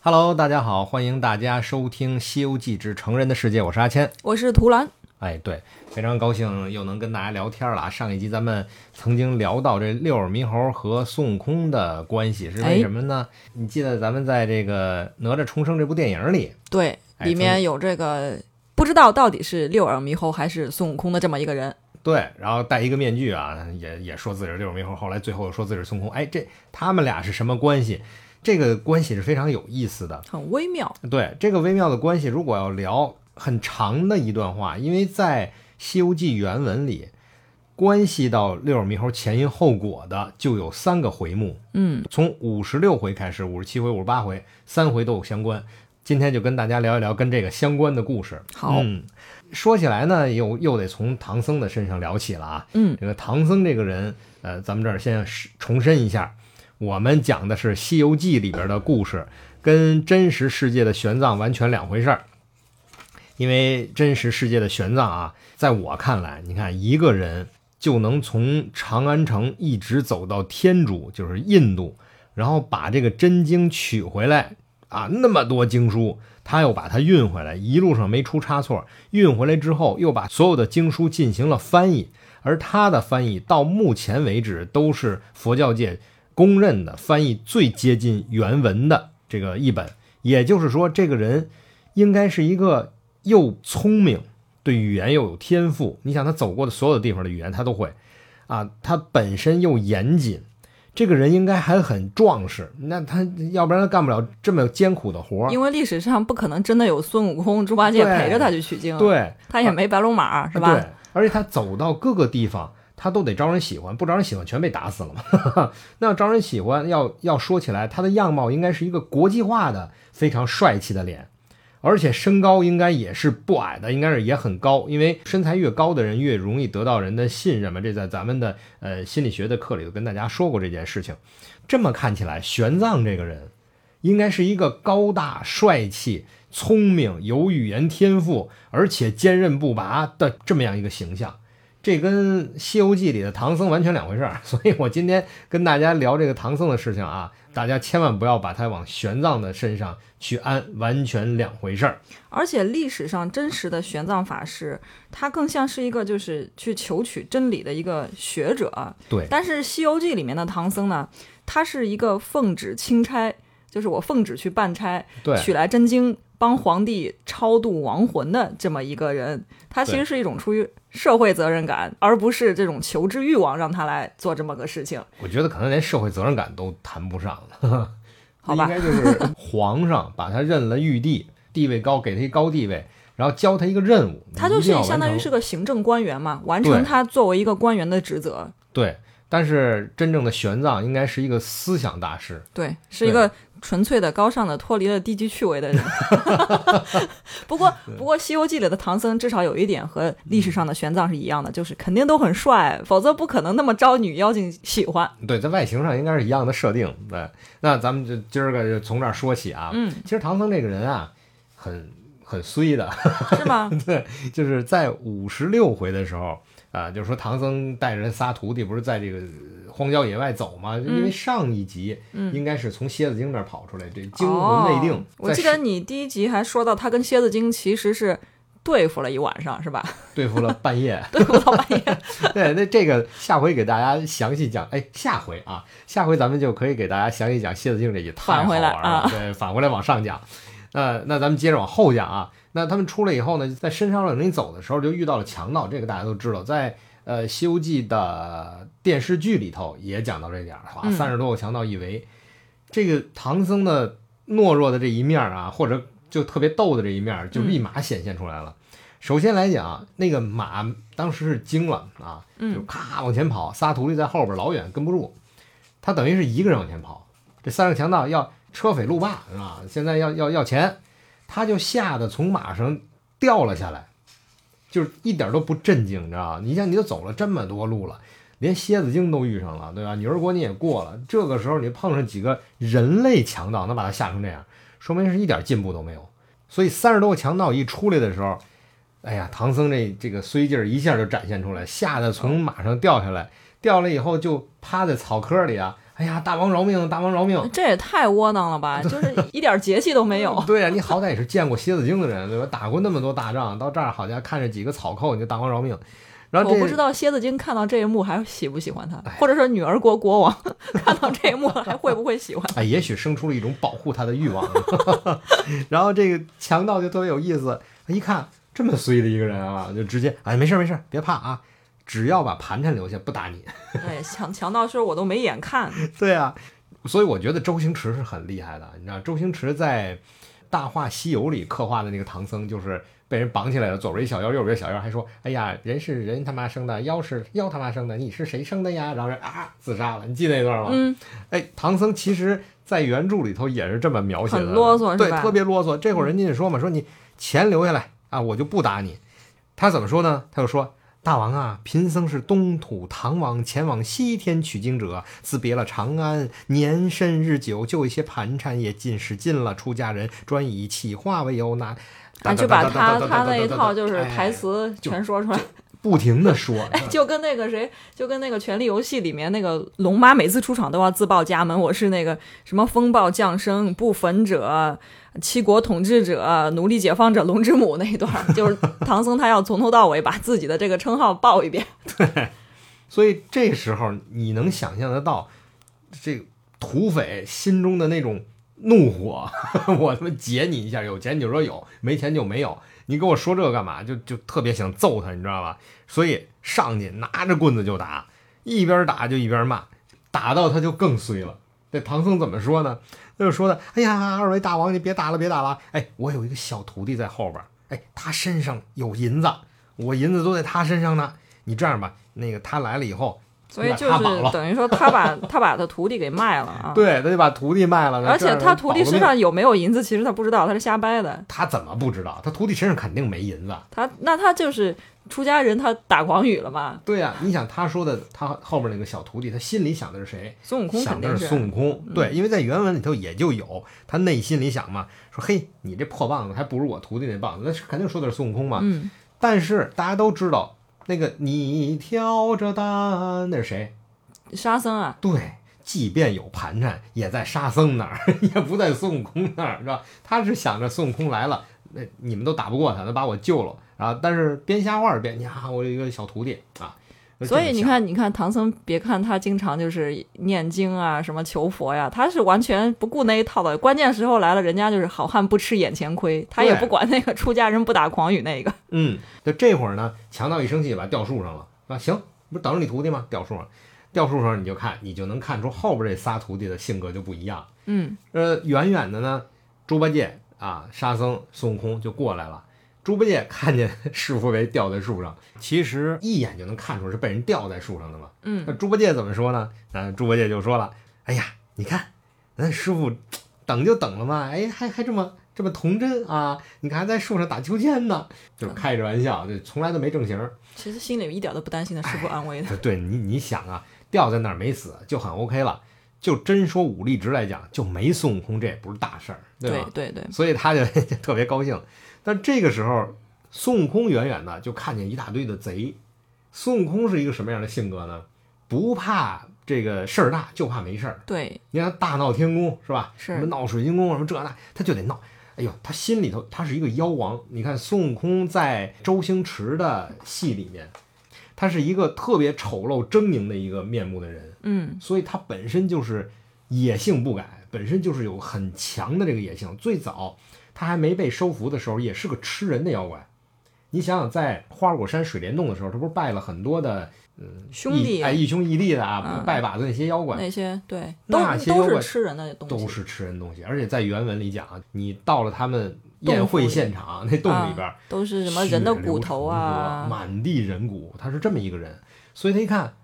Hello，大家好，欢迎大家收听《西游记之成人的世界》，我是阿谦。我是图兰，哎，对，非常高兴又能跟大家聊天了啊！上一集咱们曾经聊到这六耳猕猴和孙悟空的关系是为哎什么呢？你记得咱们在这个《哪吒重生》这部电影里，对，哎里曾面有这个不知道到底是六耳猕猴还是孙悟空的这么一个人，对，然后戴一个面具啊，也也说自己是六耳猕猴，后来最后说自己是孙悟空。哎，这他们俩是什么关系？这个关系是非常有意思的。很微妙。对这个微妙的关系，如果要聊很长的一段话，因为在《西游记》原文里，关系到六耳猕猴前因后果的就有三个回目，嗯，从五十六回开始，五十七回、五十八回，三回都有相关。今天就跟大家聊一聊跟这个相关的故事。好，嗯，说起来呢，又又得从唐僧的身上聊起了啊。嗯，这个唐僧这个人，呃，咱们这儿先是重申一下，我们讲的是《西游记》里边的故事，跟真实世界的玄奘完全两回事儿。因为真实世界的玄奘啊，在我看来，你看一个人就能从长安城一直走到天竺，就是印度，然后把这个真经取回来啊，那么多经书，他又把它运回来，一路上没出差错。运回来之后，又把所有的经书进行了翻译，而他的翻译到目前为止都是佛教界公认的翻译最接近原文的这个译本。也就是说，这个人应该是一个又聪明，对语言又有天赋。你想，他走过的所有的地方的语言他都会，啊，他本身又严谨。这个人应该还很壮实，那他要不然他干不了这么艰苦的活儿。因为历史上不可能真的有孙悟空、猪八戒对陪着他去取经，对，啊他也没白龙马，是对吧？，而且他走到各个地方，他都得招人喜欢，不招人喜欢全被打死了嘛。 那要招人喜欢，要要说起来，他的样貌应该是一个国际化的非常帅气的脸，而且身高应该也是不矮的，应该是也很高，因为身材越高的人越容易得到人的信任嘛。这在咱们的呃心理学的课里头跟大家说过这件事情。这么看起来，玄奘这个人。应该是一个高大、帅气、聪明、有语言天赋，而且坚韧不拔的这么样一个形象。这跟《西游记》里的唐僧完全两回事儿， 所以我今天跟大家聊这个唐僧的事情啊，大家千万不要把它往玄奘的身上去安，完全两回事儿。而且历史上真实的玄奘法师，他更像是一个就是去求取真理的一个学者。对但是《西游记》里面的唐僧呢，他是一个奉旨钦差，就是我奉旨去办差，对，取来真经帮皇帝超度亡魂的这么一个人，他其实是一种出于社会责任感，而不是这种求知欲望让他来做这么个事情，我觉得可能连社会责任感都谈不上了， 好吧应该就是皇上把他认了玉帝，地位高，给他一高地位，然后交他一个任务，他就一定是要完相当于成是个行政官员嘛，完对成他作为一个官员的职责，对，但是真正的玄奘应该是一个思想大师，对，是一个纯粹的高尚的、脱离了低级趣 味的人。不过，不过《西游记》里的唐僧至少有一点嗯和历史上的玄奘是一样的，就是肯定都很帅，否则不可能那么招女妖精喜欢。对，在外形上应该是一样的设定。对，那咱们就今儿个就从这儿说起啊。嗯，其实唐僧这个人啊，很很衰的， 是吗？就是在五十六回的时候啊、就是说唐僧带着仨徒弟不是在这个荒郊野外走吗？因嗯为上一集应该是从蝎子精那儿跑出来，这惊魂未定。哦在。我记得你第一集还说到他跟蝎子精其实是对付了一晚上，是吧？对付了半夜， 对付到半夜。 对，那这个下回给大家详细讲。哎，下回啊，下回咱们就可以给大家详细讲蝎子精这也太返好回玩了，来啊对，返回来往上讲。呃，那咱们接着往后讲啊。那他们出来以后呢，在深山老林里走的时候，就遇到了强盗，这个大家都知道，在呃《西游记》的电视剧里头也讲到这点儿，哇，嗯三十多个强盗一围，这个唐僧的懦弱的这一面儿啊，或者就特别逗的这一面儿，就立马显现出来了。首先来讲，那个马当时是惊了啊，就咔往前跑，仨徒弟在后边老远跟不住，他等于是一个人往前跑。这三个强盗要车匪路霸是吧？现在要要要钱，他就吓得从马上掉了下来，就是一点都不震惊，你知道吧？你像你都走了这么多路了，连蝎子精都遇上了，对吧？女儿国你也过了，这个时候你碰上几个人类强盗，能把他吓成这样，说明是一点进步都没有。所以三十多个强盗一出来的时候，哎呀，唐僧这这个衰劲儿一下就展现出来，吓得从马上掉下来，掉了以后就趴在草窠里啊，哎呀，大王饶命，大王饶命。这也太窝囊了吧！就是一点节气都没 。有对呀、你好歹也是见过蝎子精的人，对吧？打过那么多大仗，到这儿好像看着几个草寇你就大王饶命，然后我这不知道蝎子精看到这一幕还喜不喜欢他，或者说女儿国国王看到这一幕还会不会喜欢？哎，也许生出了一种保护他的欲望。 然后这个强盗就特别有意思，他一看这么衰的一个人啊，就直接哎，没事儿没事儿，别怕啊，只要把盘缠留下，不打你。哎，强强盗说我都没眼看， 对啊，所以我觉得周星驰是很厉害的。你知道，周星驰在《大话西游》里刻画的那个唐僧，就是被人绑起来了，左边一小妖，右边一小妖，还说：“哎呀，人是人他妈生的，妖是妖他妈生的，你是谁生的呀？”然后人啊自杀了，你记得那段吗？嗯，哎，唐僧其实在原著里头也是这么描写的，很啰嗦是对，吧嗯特别啰嗦。这会儿人家就说嘛，说你钱留下来啊，我就不打你。他怎么说呢？他就说。大王啊，贫僧是东土唐王前往西天取经者，自别了长安，年深日久，就一些盘缠也尽是尽了。出家人专以企划为由拿，啊，就把他他那一套就是哎台词就全说出来，不停的 说，哎，就跟那个谁，就跟那个《权力游戏》里面那个龙妈，每次出场都要自报家门，我是那个什么风暴降生、不焚者、七国统治者、奴隶解放者龙之母那一段儿，就是唐僧他要从头到尾把自己的这个称号报一遍。所以这时候你能想象得到，这个土匪心中的那种怒火， 我他妈劫你一下，有钱你就说有，没钱就没有。你跟我说这干嘛？就就特别想揍他，你知道吧？所以上去拿着棍子就打，一边打就一边骂，打到他就更衰了。这唐僧怎么说呢？他就说的：“哎呀，二位大王，你别打了，别打了！哎，我有一个小徒弟在后边儿，哎，他身上有银子，我银子都在他身上呢。你这样吧，那个他来了以后，所以把就他是绑了等于说他把他把他徒弟给卖了啊。对，他就把徒弟卖了，而且这样他徒弟保身命上有没有银子，其实他不知道，他是瞎掰的。他怎么不知道？他徒弟身上肯定没银子。他那他就是出家人，他打诳语了吧？对呀、你想他说的，他后边那个小徒弟，他心里想的是谁？孙悟空想肯的定嗯是孙悟空。对，因为在原文里头也就有，他内心里想嘛，说嘿，你这破棒子还不如我徒弟那棒子，那是肯定说的是孙悟空嘛。嗯，但是大家都知道，那个你挑着担，那是谁？沙僧啊，对，即便有盘缠，也在沙僧那儿， 也不在孙悟空那儿，是吧？他是想着孙悟空来了，那你们都打不过他，他把我救了啊！但是编瞎话儿编，呀、我有一个小徒弟啊。所以你看。看，你看唐僧，别看他经常就是念经啊，什么求佛呀，他是完全不顾那一套的。关键时候来了，人家就是好汉不吃眼前亏，他也对不管那个出家人不打诳语那个。嗯，就这会儿呢，强盗一生气把他吊树上了啊，行，不是等着你徒弟吗？吊树上，吊树上你就看，你就能看出后边这仨徒弟的性格就不一样。嗯，呃，远远的呢，猪八戒啊、沙僧、孙悟空就过来了。猪八戒看见师傅被吊在树上，其实一眼就能看出是被人吊在树上的嘛。嗯，那猪八戒怎么说呢？啊，猪八戒就说了：“哎呀，你看，那师傅等就等了嘛，哎，还还这么这么童真啊！你看还在树上打秋千呢，就是开着玩笑，就从来都没正形。其实心里一点都不担心的师傅安慰他。对你，你想啊，吊在那儿没死就很 OK 了。就真说武力值来讲，就没孙悟空，这也不是大事儿，吧？对对对，所以他就 就特别高兴。但这个时候，孙悟空远远的就看见一大堆的贼。孙悟空是一个什么样的性格呢？不怕这个事儿大，就怕没事儿。对，你看大闹天宫是吧？是什么闹水晶宫什么这那，他就得闹。哎呦，他心里头他是一个妖王。你看孙悟空在周星驰的戏里面，他是一个特别丑陋狰狞的一个面目的人。嗯，所以他本身就是野性不改，本身就是有很强的这个野性。最早他还没被收服的时候，也是个吃人的妖怪。你想想，在花果山水帘洞的时候，他不是拜了很多的兄义弟哎义兄义弟的啊，嗯拜把子那些妖怪，那些对都那些都妖是怪吃人的东西，都是吃人东西。而且在原文里讲，啊你到了他们洞宴府会里现场那洞里边，啊都是什么人的血流骨头成河啊，满地人骨，他是这么一个人，所以他一看，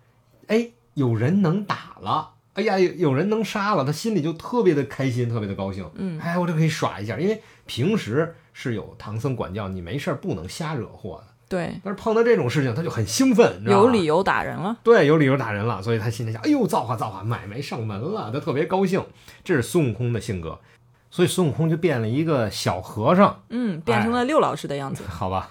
哎，有人能打了，哎呀，有有人能杀了，他心里就特别的开心，特别的高兴，嗯，哎，我就可以耍一下，因为平时是有唐僧管教，你没事儿不能瞎惹祸的，对，但是碰到这种事情，他就很兴奋，你知道有吧理由打人了。对，有理由打人了，所以他心里想，哎呦，造化造化，买卖上门了，他特别高兴，这是孙悟空的性格，所以孙悟空就变了一个小和尚。嗯，变成哎了六老师 的样子。好吧，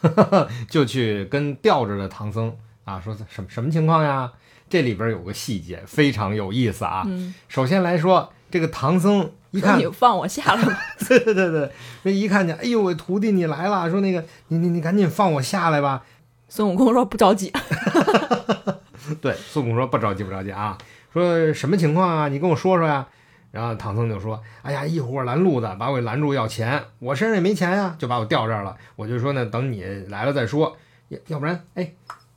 就去跟吊着的唐僧啊说什么什么情况呀？这里边有个细节非常有意思啊。嗯，首先来说，这个唐僧一说看你，放我下来吧。 对对对对，那一看见，哎呦，我徒弟你来了，说那个你你你赶紧放我下来吧。孙悟空说不着急， 对，孙悟空说不着急不着急啊，说什么情况啊？你跟我说说呀、然后唐僧就说：“哎呀，一伙拦路的把我拦住要钱，我身上也没钱呀、就把我吊这儿了。我就说呢，等你来了再说，要要不然，哎，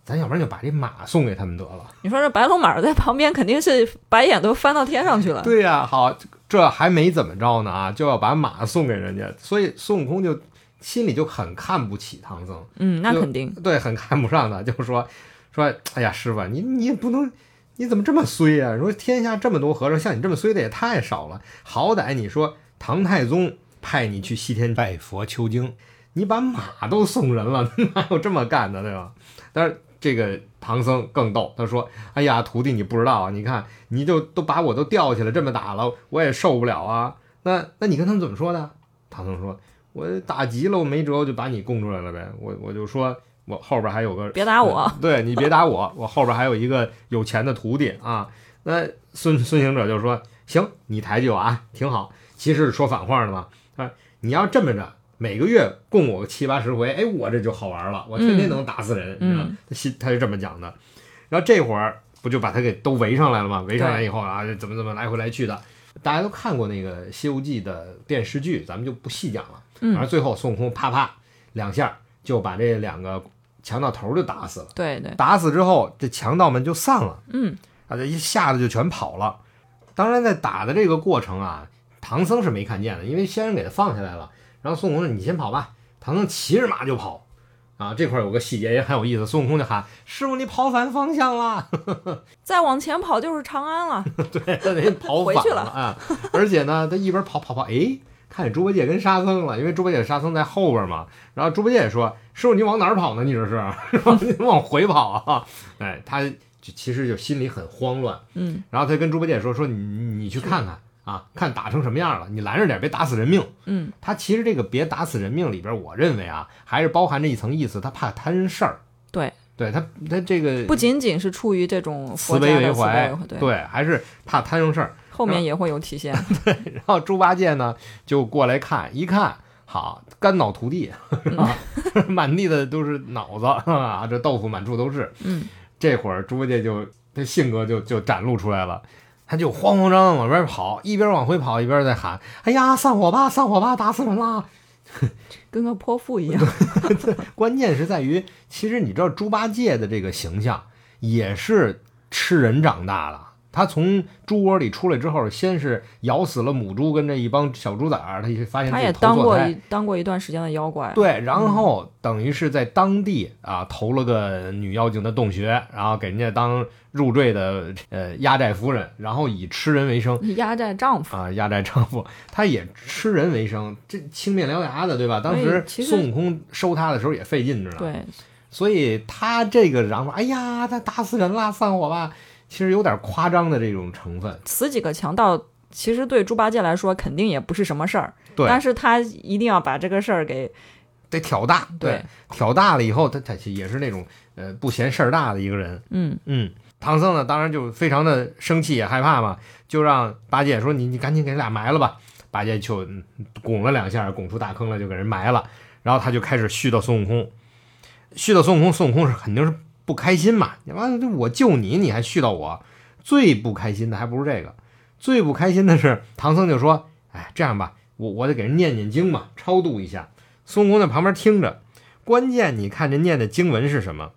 咱要不然就把这马送给他们得了。”你说这白龙马在旁边肯定是白眼都翻到天上去了。对呀、好，这还没怎么着呢啊，就要把马送给人家，所以孙悟空就心里就很看不起唐僧，嗯，那就肯定。对，很看不上他，就说说，哎呀，师傅，你你也不能。你怎么这么衰啊？说天下这么多和尚，像你这么衰的也太少了。好歹你说唐太宗派你去西天拜佛求经，你把马都送人了，哪有这么干的，对吧？但是这个唐僧更逗，他说：“哎呀，徒弟，你不知道啊，你看你就都把我都吊起来这么打了，我也受不了啊。那那你跟他们怎么说的？”唐僧说：“我打急了，我没辙，我就把你供出来了呗。我我就说我后边还有个别打我， 对你别打我，我后边还有一个有钱的徒弟啊。”那孙孙行者就说：“行，你抬举我啊，挺好。其实是说反话的嘛。啊，你要这么着，每个月供我个七八十回，哎，我这就好玩了，我天天能打死人，嗯你知道吗？他心他是这么讲的。然后这会儿不就把他给都围上来了吗？围上来以后啊，怎么怎么来回来去的，大家都看过那个《西游记》的电视剧，咱们就不细讲了。嗯反正最后孙悟空啪啪两下就把这两个强盗头儿就打死了。对对，打死之后，这强盗们就散了。嗯，啊，这一下子就全跑了。当然，在打的这个过程啊，唐僧是没看见的，因为仙人给他放下来了。然后孙悟空说：“你先跑吧。”唐僧骑着马就跑。啊，这块儿有个细节也很有意思，孙悟空就喊：“师傅，你跑反方向了！”再往前跑就是长安了。对，他 得跑回反去了啊！而且呢，他一边跑跑跑，哎，看见猪八戒跟沙僧了，因为猪八戒、沙僧在后边嘛。然后猪八戒也说：“师傅，你往哪儿跑呢？你这是， 是吧你往回跑啊！”哎，他就其实就心里很慌乱。嗯，然后他跟猪八戒说：“说你你去看看啊，看打成什么样了，你拦着点，别打死人命。”嗯，他其实这个“别打死人命”里边，我认为啊，还是包含着一层意思，他怕摊事儿。对，对他他这个不仅仅是出于这种佛慈悲家的为慈悲怀为怀，，对，对，还是怕摊上事儿。后面也会有体现。然后猪八戒呢就过来看，一看，好，肝脑涂地，啊， 满地的都是脑子啊，这豆腐满处都是。嗯，这会儿猪八戒就他性格就就展露出来了，他就慌慌张张往外跑，一边往回跑一边在喊：“哎呀，散伙吧，散伙吧，打死人啦跟个泼妇一样。！”关键是在于，其实你知道猪八戒的这个形象也是吃人长大的。他从猪窝里出来之后，先是咬死了母猪跟这一帮小猪崽儿，他就发现自他己也头当做过菜一嗯当过一段时间的妖怪。对，然后等于是在当地啊投了个女妖精的洞穴，然后给人家当入赘的呃压寨夫人，然后以吃人为生压寨丈夫，啊，压寨丈夫，他也吃人为生，这青面獠牙的，对吧？当时哎其实孙悟空收他的时候也费劲着呢，对，所以他这个嚷嚷，哎呀，他打死人啦，散伙吧，其实有点夸张的这种成分，死几个强盗。其实对猪八戒来说，肯定也不是什么事儿，对但是他一定要把这个事儿给得挑大，对，挑大了以后，他他也是那种呃不嫌事儿大的一个人，嗯，嗯，唐僧呢，当然就非常的生气也害怕嘛，就让八戒说：“你你赶紧给俩埋了吧。”八戒就嗯拱了两下，拱出大坑来，就给人埋了。然后他就开始絮叨孙悟空，絮叨孙悟空，孙悟空是肯定是不开心嘛。你妈的，我救你，你还絮叨我，最不开心的还不是这个，最不开心的是唐僧就说：“哎，这样吧，我我得给人念念经嘛，超度一下。”孙悟空在旁边听着，关键你看这念的经文是什么？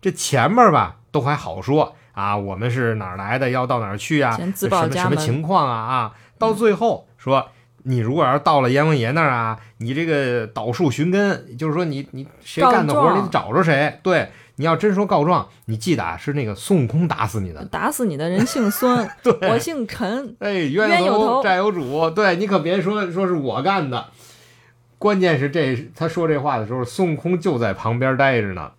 这前面吧都还好说啊，我们是哪儿来的，要到哪儿去啊，先自什报么家什么门，情况啊啊！到最后说，你如果要是到了阎王爷那儿啊，你这个倒树寻根，就是说你你谁告干的活儿，状你得找着谁。对，你要真说告状，你记得啊，是那个孙悟空打死你的。打死你的人姓孙， 对，我姓陈，哎，冤冤有头债有主，对你可别说说是我干的。关键是这他说这话的时候，孙悟空就在旁边待着呢。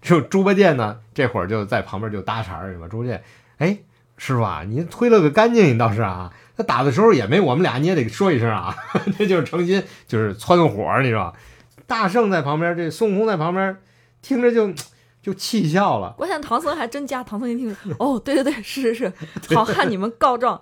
就猪八戒呢，这会儿就在旁边就搭茬儿去吧。猪八戒，哎，师傅啊，您推了个干净，你倒是啊。他打的时候也没我们俩，你也得说一声啊， 这就是诚心，就是窜火，你知道吧？大圣在旁边，这孙悟空在旁边听着就就气笑了。关键唐僧还真加，唐僧一听，哦，对对对，是是是，好汉你们告状，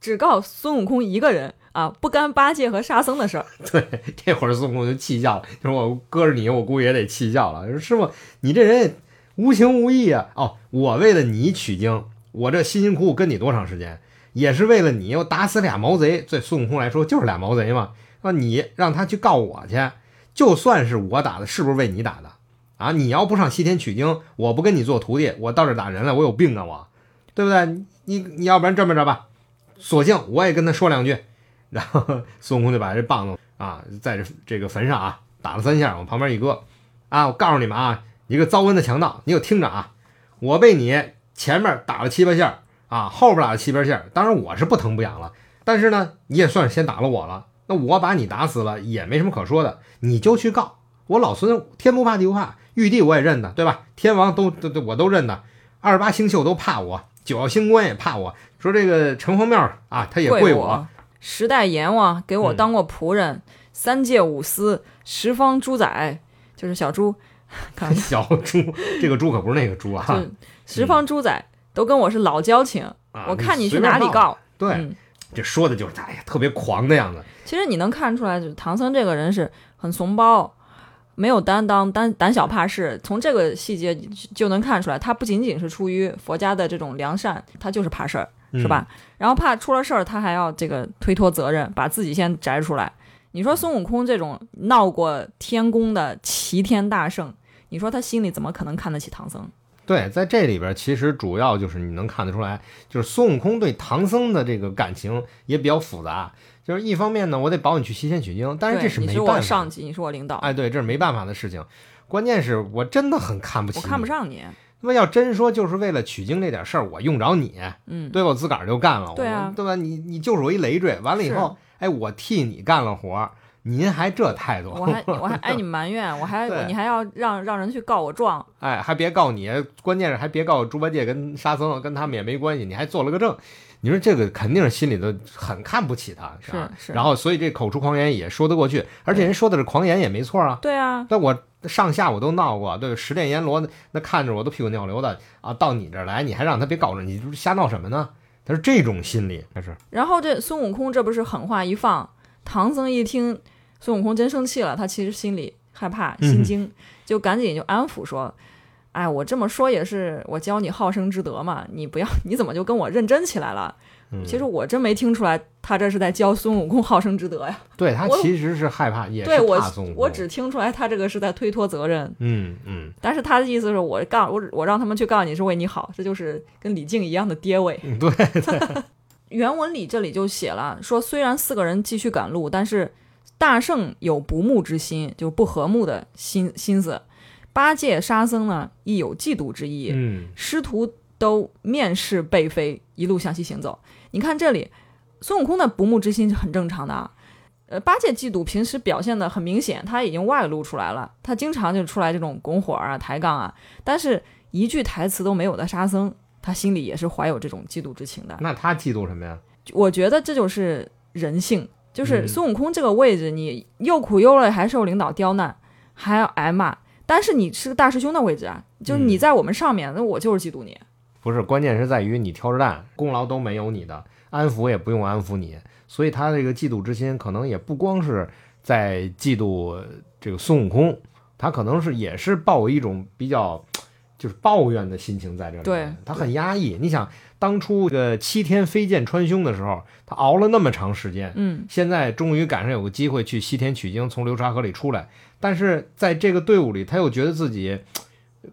只告孙悟空一个人啊，不干八戒和沙僧的事儿。对， 这会儿孙悟空就气笑了，就说我搁着你，我估计也得气笑了。说师傅，你这人也无情无义啊！哦，我为了你取经，我这辛辛苦苦跟你多长时间，也是为了你，我打死俩毛贼。对孙悟空来说就是俩毛贼嘛。那你让他去告我去，就算是我打的，是不是为你打的啊？你要不上西天取经，我不跟你做徒弟，我到这儿打人来，我有病啊我，对不对？你你要不然这么着吧，索性我也跟他说两句。然后孙悟空就把这棒子啊，在这这个坟上啊打了三下，往旁边一搁，啊，我告诉你们啊，一个遭瘟的强盗，你给我听着啊，我被你前面打了七八下啊，后边打了七八下，当然我是不疼不痒了，但是呢，你也算是先打了我了，那我把你打死了也没什么可说的，你就去告我老孙，天不怕地不怕，玉帝我也认得，对吧？天王都都都我都认得，二十八星宿都怕我，九曜星官也怕我，说这个城隍庙啊，他也嗯跪跪我，十代阎王给我当过仆人，三界五司、十方猪仔，就是小猪，看小猪，这个猪可不是那个猪啊！就是十方猪仔、都跟我是老交情，啊我看你去随便哪里闹。告。对，嗯这说的就是哎呀，特别狂的样子。其实你能看出来，就是唐僧这个人是很怂包，没有担当，胆胆小怕事。从这个细节就就能看出来，他不仅仅是出于佛家的这种良善，他就是怕事儿，嗯是吧？然后怕出了事儿，他还要这个推脱责任，把自己先摘出来。你说孙悟空这种闹过天宫的齐天大圣，你说他心里怎么可能看得起唐僧？对，在这里边其实主要就是你能看得出来，就是孙悟空对唐僧的这个感情也比较复杂。就是一方面呢，我得保你去西天取经，但是这对是你没是办我法上的。级，你是我领导，哎，对，这是没办法的事情。关键是我真的很看不起，我看不。上你。那么要真说就是为了取经这点事儿，我用着你，嗯，对吧？我自个儿就干了，对啊我对吧？你你就是我一累赘，完了以后，哎，我替你干了活儿，您还这态度，我还我还挨你埋怨，我还 对你还要让让人去告我状，哎，还别告你，关键是还别告猪八戒跟沙僧，跟他们也没关系，你还做了个证，你说这个肯定是心里头很看不起他，是吧是啊然后所以这口出狂言也说得过去，而且人说的是狂言也没错啊。对啊，但我上下我都闹过，对十殿阎罗那那看着我都屁滚尿流的啊，到你这儿来，你还让他别告着你，瞎闹什么呢？他是这种心理，他是然后嗯这孙悟空这不是狠话一放，唐僧一听孙悟空真生气了，他其实心里害怕嗯心惊，就赶紧就安抚说：“哎，我这么说也是我教你好生之德嘛，你不要 你怎么就跟我认真起来了？嗯其实我真没听出来他这是在教孙悟空好生之德呀，对他我其实是害怕，也对是我怕孙悟空。我只听出来他这个是在推脱责任，嗯嗯但是他的意思是我告我我让他们去告你是为你好，这就是跟李靖一样的爹味。嗯，对，原文里这里就写了，说虽然四个人继续赶路，但是大圣有不睦之心，就是不和睦的心心思；八戒、沙僧呢，亦有嫉妒之意。嗯师徒都面视背飞，一路向西行走。你看这里，孙悟空的不睦之心是很正常的啊。呃，八戒嫉妒平时表现的很明显，他已经外露出来了，他经常就出来这种拱火啊、抬杠啊，但是一句台词都没有的沙僧，他心里也是怀有这种嫉妒之情的。那他嫉妒什么呀？我觉得这就是人性，就是嗯孙悟空这个位置，你又苦又累，还受领导刁难，还要挨骂，但是你是个大师兄的位置啊，就是你嗯在我们上面，那我就是嫉妒你。不是，关键是在于你挑着担，功劳都没有你的，安抚也不用安抚你，所以他这个嫉妒之心可能也不光是在嫉妒呃这个孙悟空，他可能是也是抱有一种比较就是抱怨的心情在这里面，对他很压抑。你想，当初这个七天飞剑穿胸的时候，他熬了那么长时间，嗯，现在终于赶上有个机会去西天取经，从流沙河里出来。但是在这个队伍里，他又觉得自己嘖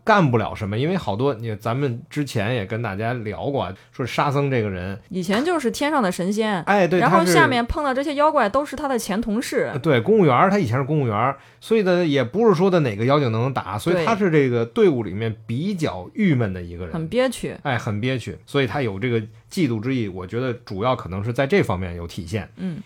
干不了什么，因为好多你咱们之前也跟大家聊过啊，说沙僧这个人，以前就是天上的神仙，哎，对，嗯然他后是呃下面碰到这些妖怪都是他的前同事，对公务员儿，他以前是公务员儿，所以呢，也不是说的哪个妖精能打，所以对他是这个队伍里面比较郁闷的一个人，很憋屈。哎，很憋屈，所以他有这个嫉妒之意。我觉得主要可能是在这方面有体现。嗯，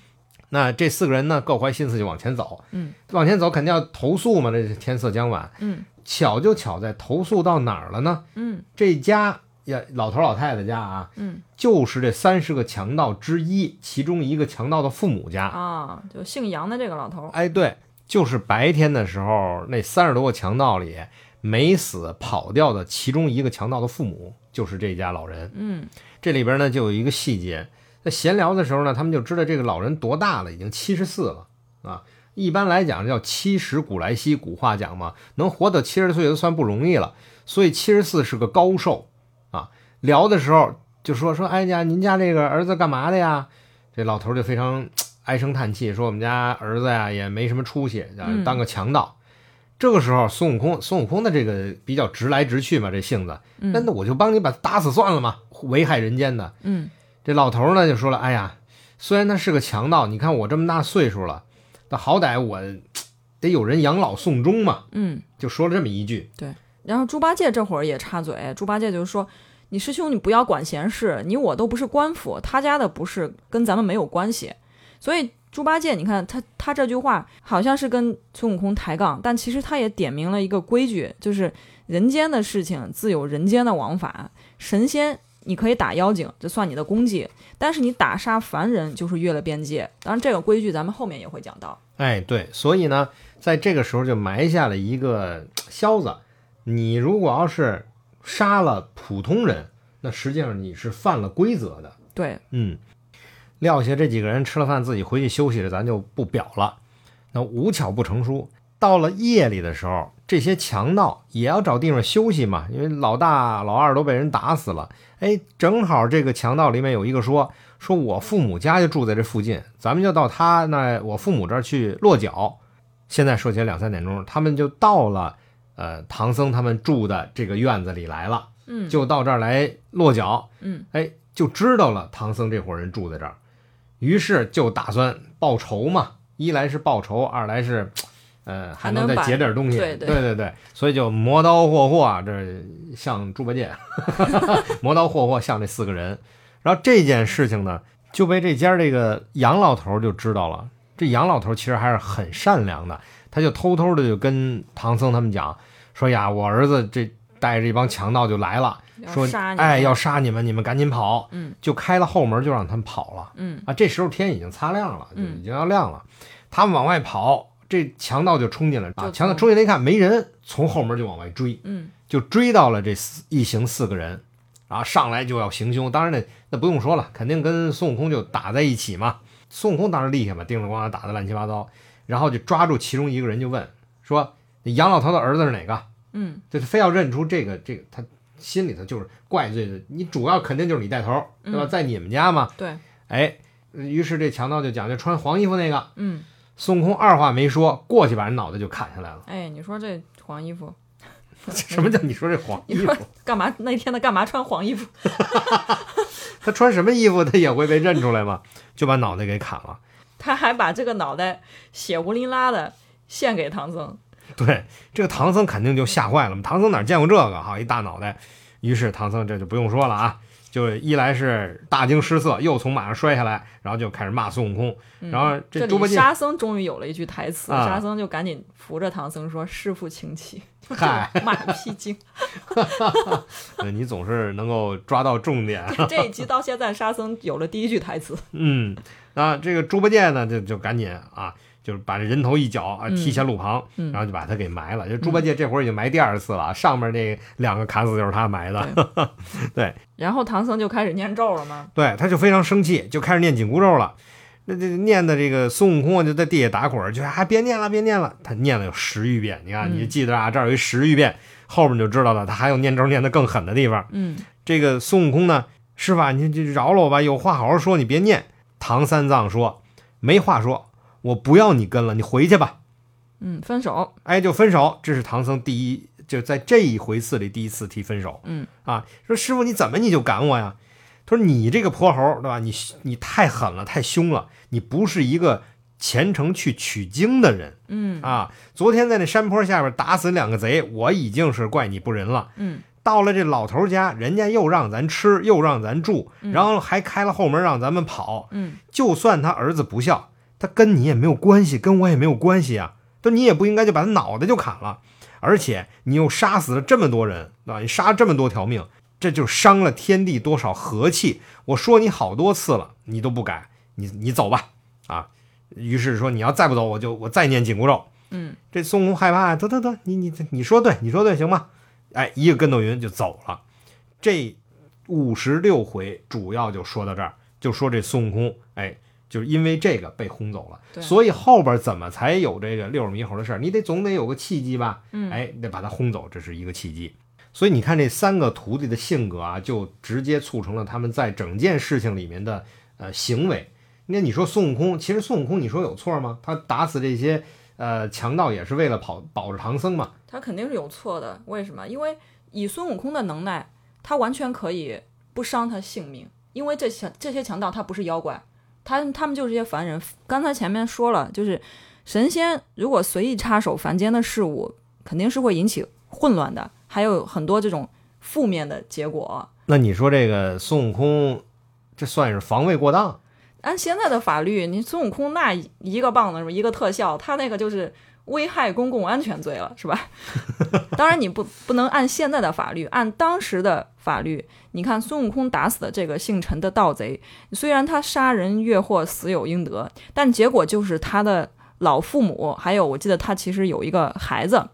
那这四个人呢，各怀心思就往前走。嗯，往前走肯定要投诉嘛，这是天色将晚。嗯巧就巧在投诉到哪儿了呢？嗯这家呀，老头老太太家啊，嗯就是这三十个强盗之一，其中一个强盗的父母家。啊啊啊，就姓杨的这个老头儿，哎，对，就是白天的时候，那三十多个强盗里没死跑掉的其中一个强盗的父母就是这家老人。嗯这里边呢就有一个细节，在闲聊的时候呢，他们就知道这个老人多大了，已经七十四了啊。一般来讲叫七十古来稀，古话讲嘛，能活到七十岁就算不容易了，所以七十四是个高寿啊。聊的时候就说说，哎呀，您家这个儿子干嘛的呀？这老头就非常嘖唉声叹气，说我们家儿子呀也没什么出息，啊嗯当个强盗。这个时候，孙悟空，孙悟空的这个比较直来直去嘛，这性子，那嗯那我就帮你把他打死算了嘛，为害人间的。嗯这老头呢就说了：“哎呀，虽然他是个强盗，你看我这么大岁数了，但好歹我得有人养老送终嘛。嗯。”就说了这么一句。然后猪八戒这会儿也插嘴，猪八戒就说：“你师兄，你不要管闲事，你我都不是官府，他家的不是跟咱们没有关系。”所以猪八戒，你看他他这句话好像是跟孙悟空抬杠，但其实他也点明了一个规矩，就是人间的事情自有人间的王法，神仙。你可以打妖精，这算你的功绩；但是你打杀凡人，就是越了边界。当然，这个规矩咱们后面也会讲到。哎，对，所以呢，在这个时候就埋下了一个销子。你如果要是杀了普通人，那实际上你是犯了规则的。对，嗯，撂下这几个人吃了饭，自己回去休息了，咱就不表了。那无巧不成书，到了夜里的时候，这些强盗也要找地方休息嘛，因为老大、老二都被人打死了。哎，正好这个强盗里面有一个说，说我父母家就住在这附近，咱们就到他那我父母这儿去落脚。现在说起来两三点钟，他们就到了，呃，唐僧他们住的这个院子里来了，嗯，就到这儿来落脚。嗯哎，就知道了唐僧这伙人住在这儿，于是就打算报仇嘛。一来是报仇，二来是，呃，还能还能再把劫点东西。对对对对所以就磨刀霍霍啊，这像猪八戒， 磨刀霍霍像这四个人。然后这件事情呢，就被这家这个杨老头就知道了。这杨老头其实还是很善良的，他就偷偷的就跟唐僧他们讲说呀，我儿子这带着一帮强盗就来了，说要杀你，哎要杀你们，你们赶紧跑，嗯就开了后门就让他们跑了嗯啊。这时候天已经擦亮了，就嗯已经要亮了，他们往外跑，这强盗就冲进来，啊，就强盗从冲进来一看没人，从后门就往外追，嗯就追到了这四一行四个人，然后上来就要行凶，当然那那不用说了，肯定跟孙悟空就打在一起嘛。孙悟空当然厉害嘛，叮了咣啷打的乱七八糟，然后就抓住其中一个人就问说：“你杨老头的儿子是哪个？”嗯就是非要认出这个这个，他心里头就是怪罪的。你主要肯定就是你带头儿，对吧？嗯在你们家嘛，对，哎，于是这强盗就讲究穿黄衣服那个嗯。孙悟空，二话没说，过去把人脑袋就砍下来了。，哎，你说这黄衣服 什么叫你说这黄衣你说服？干嘛？那天他干嘛穿黄衣服？他穿什么衣服，他也会被认出来嘛？就把脑袋给砍了。他还把这个脑袋血无淋拉的献给唐僧。对，这个唐僧肯定就吓坏了嘛。唐僧哪见过这个哈，一大脑袋。于是唐僧这就不用说了啊，就一来是大惊失色，又从马上摔下来，然后就开始骂孙悟空。嗯、然后这这猪八里戒沙僧终于有了一句台词，啊沙僧就赶紧扶着唐僧说：“师傅请 起。”嗨，马屁精。 呃，你总是能够抓到重点。这一集到现在，沙僧有了第一句台词。嗯，啊，这个猪八戒呢，就就赶紧啊，就是把这人头一脚啊嗯踢下路旁，嗯然后就把他给埋了。这猪八戒这会儿已经埋第二次了，啊上面那两个砍死就是他埋的。然后唐僧就开始念咒了嘛。对，他就非常生气，就开始念紧箍咒了。那这念的这个孙悟空啊就在地下打滚儿，就说啊别念了，别念了。他念了有十余遍，你看，嗯你就记得啊，这儿有一十余遍，后面就知道了，他还有念咒念得更狠的地方。嗯这个孙悟空呢，师傅啊，你这饶了我吧，有话好好说，你别念。唐三藏说，没话说，我不要你跟了，你回去吧。嗯，分手。哎，就分手。这是唐僧第一，就在这一回次里第一次提分手。嗯啊，说师傅你怎么你就赶我呀？他说你这个泼猴，对吧？你你太狠了，太凶了，你不是一个虔诚去取经的人嗯啊！昨天在那山坡下边打死两个贼，我已经是怪你不仁了。嗯到了这老头家，人家又让咱吃，又让咱住，嗯然后还开了后门让咱们跑。嗯就算他儿子不孝，他跟你也没有关系，跟我也没有关系啊。说你也不应该就把他脑袋就砍了，而且你又杀死了这么多人，对吧？你杀了这么多条命，这就伤了天地多少和气。我说你好多次了，你都不改，你你走吧，啊！于是说你要再不走，我就我再念紧箍咒。这孙悟空害怕，得得得，你你你说对，你说对，行吗？哎，一个跟斗云就走了。这五十六回主要就说到这儿，就说这孙悟空，哎，就是因为这个被轰走了。对所以后边怎么才有这个六耳猕猴的事儿？你得总得有个契机吧？嗯哎，得把他轰走，这是一个契机。所以你看这三个徒弟的性格啊，就直接促成了他们在整件事情里面的呃行为。那你说孙悟空，其实孙悟空你说有错吗？他打死这些呃强盗也是为了保保着唐僧嘛。他肯定是有错的。为什么？因为以孙悟空的能耐，他完全可以不伤他性命，因为这强这些强盗他不是妖怪，他他们就是些凡人。刚才前面说了，就是神仙如果随意插手凡间的事物，肯定是会引起混乱的，还有很多这种负面的结果。那你说这个孙悟空，这算是防卫过当？按现在的法律，你孙悟空那一个棒子什么一个特效，他那个就是危害公共安全罪了，是吧？ 当然你不不能按现在的法律，按当时的法律，你看孙悟空打死的这个姓陈的盗贼，虽然他杀人越货死有应得，但结果就是他的老父母，还有我记得他其实有一个孩子，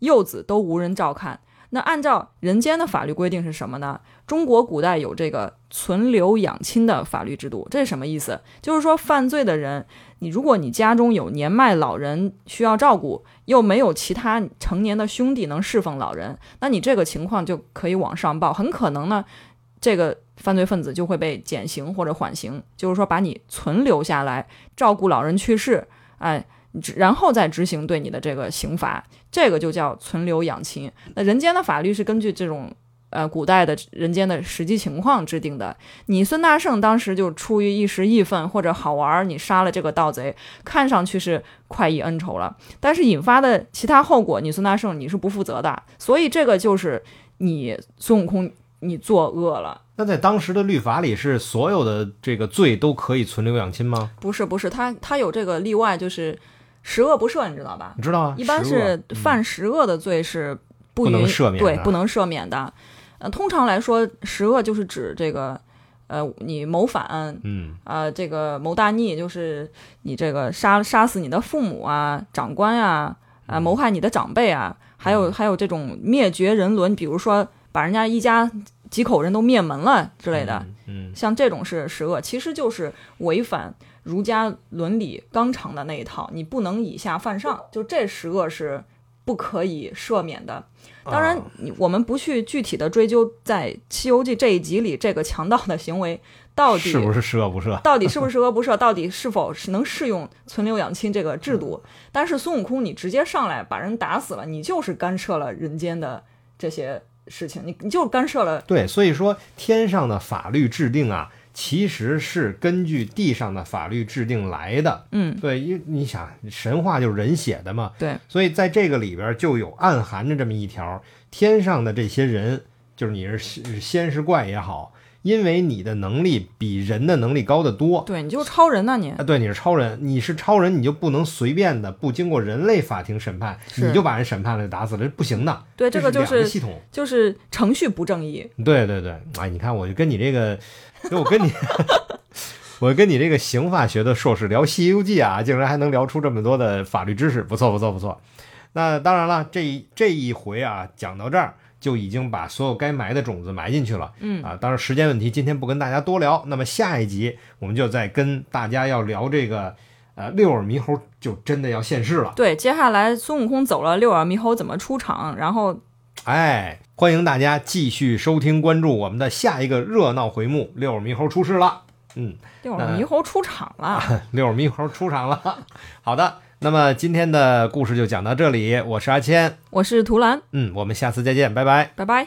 幼子都无人照看。那按照人间的法律规定是什么呢？中国古代有这个存留养亲的法律制度，这是什么意思？就是说，犯罪的人，你如果你家中有年迈老人需要照顾，又没有其他成年的兄弟能侍奉老人，那你这个情况就可以往上报，很可能呢，这个犯罪分子就会被减刑或者缓刑，就是说把你存留下来照顾老人去世，哎。你只然后再执行对你的这个刑罚，这个就叫存留养亲。那人间的法律是根据这种呃古代的人间的实际情况制定的。你孙大圣当时就出于一时义愤或者好玩儿，你杀了这个盗贼，看上去是快意恩仇了，但是引发的其他后果，你孙大圣你是不负责的。所以这个就是你孙悟空你作恶了。那在当时的律法里，是所有的这个罪都可以存留养亲吗？不是不是，他他有这个例外，就是十恶不赦，你知道吧？你知道啊，一般食物啊是犯十恶的罪是不不允能赦免对的，不能赦免的。呃，通常来说，十恶就是指这个，呃，你谋反，嗯，呃，这个谋大逆，就是你这个杀杀死你的父母啊、长官啊、啊、嗯谋害你的长辈啊，还有还有这种灭绝人伦，比如说把人家一家几口人都灭门了之类的，嗯，嗯，像这种是十恶，其实就是违反儒家伦理纲常的那一套，你不能以下犯上，就这十恶是不可以赦免的。当然啊，你我们不去具体的追究在《西游记》这一集里这个强盗的行为到底是不是十恶不赦？到底是不是十恶不赦，到底是否是能适用存留养亲这个制度。但是孙悟空，你直接上来把人打死了，你就是干涉了人间的这些事情，你你就是干涉了对，所以说天上的法律制定啊，其实是根据地上的法律制定来的。嗯，对，因为你想，神话就是人写的嘛，对，所以在这个里边就有暗含着这么一条：天上的这些人，就是你是是仙是怪也好，因为你的能力比人的能力高得多。对，你就是超人呐、你。啊，对，你是超人，你是超人，你就不能随便的不经过人类法庭审判，是你就把人审判了就打死了，这不行的。对，这个就两个是系统。就是程序不正义。对对对，哎，你看，我就跟你这个，就我跟你， 我跟你这个刑法学的硕士聊《西游记》啊，竟然还能聊出这么多的法律知识，不错不错不错。那当然了，这一这一回啊，讲到这儿就已经把所有该埋的种子埋进去了。嗯啊，当然时间问题，今天不跟大家多聊。那么下一集我们就再跟大家要聊这个，呃，六耳猕猴就真的要现世了。对，接下来孙悟空走了，六耳猕猴怎么出场？然后哎，欢迎大家继续收听关注我们的下一个热闹回目——六耳猕猴出世了。嗯。六耳猕猴出场了。六耳猕猴出场了。 好的，那么今天的故事就讲到这里，我是阿谦，我是图兰，嗯，我们下次再见，拜拜。拜拜。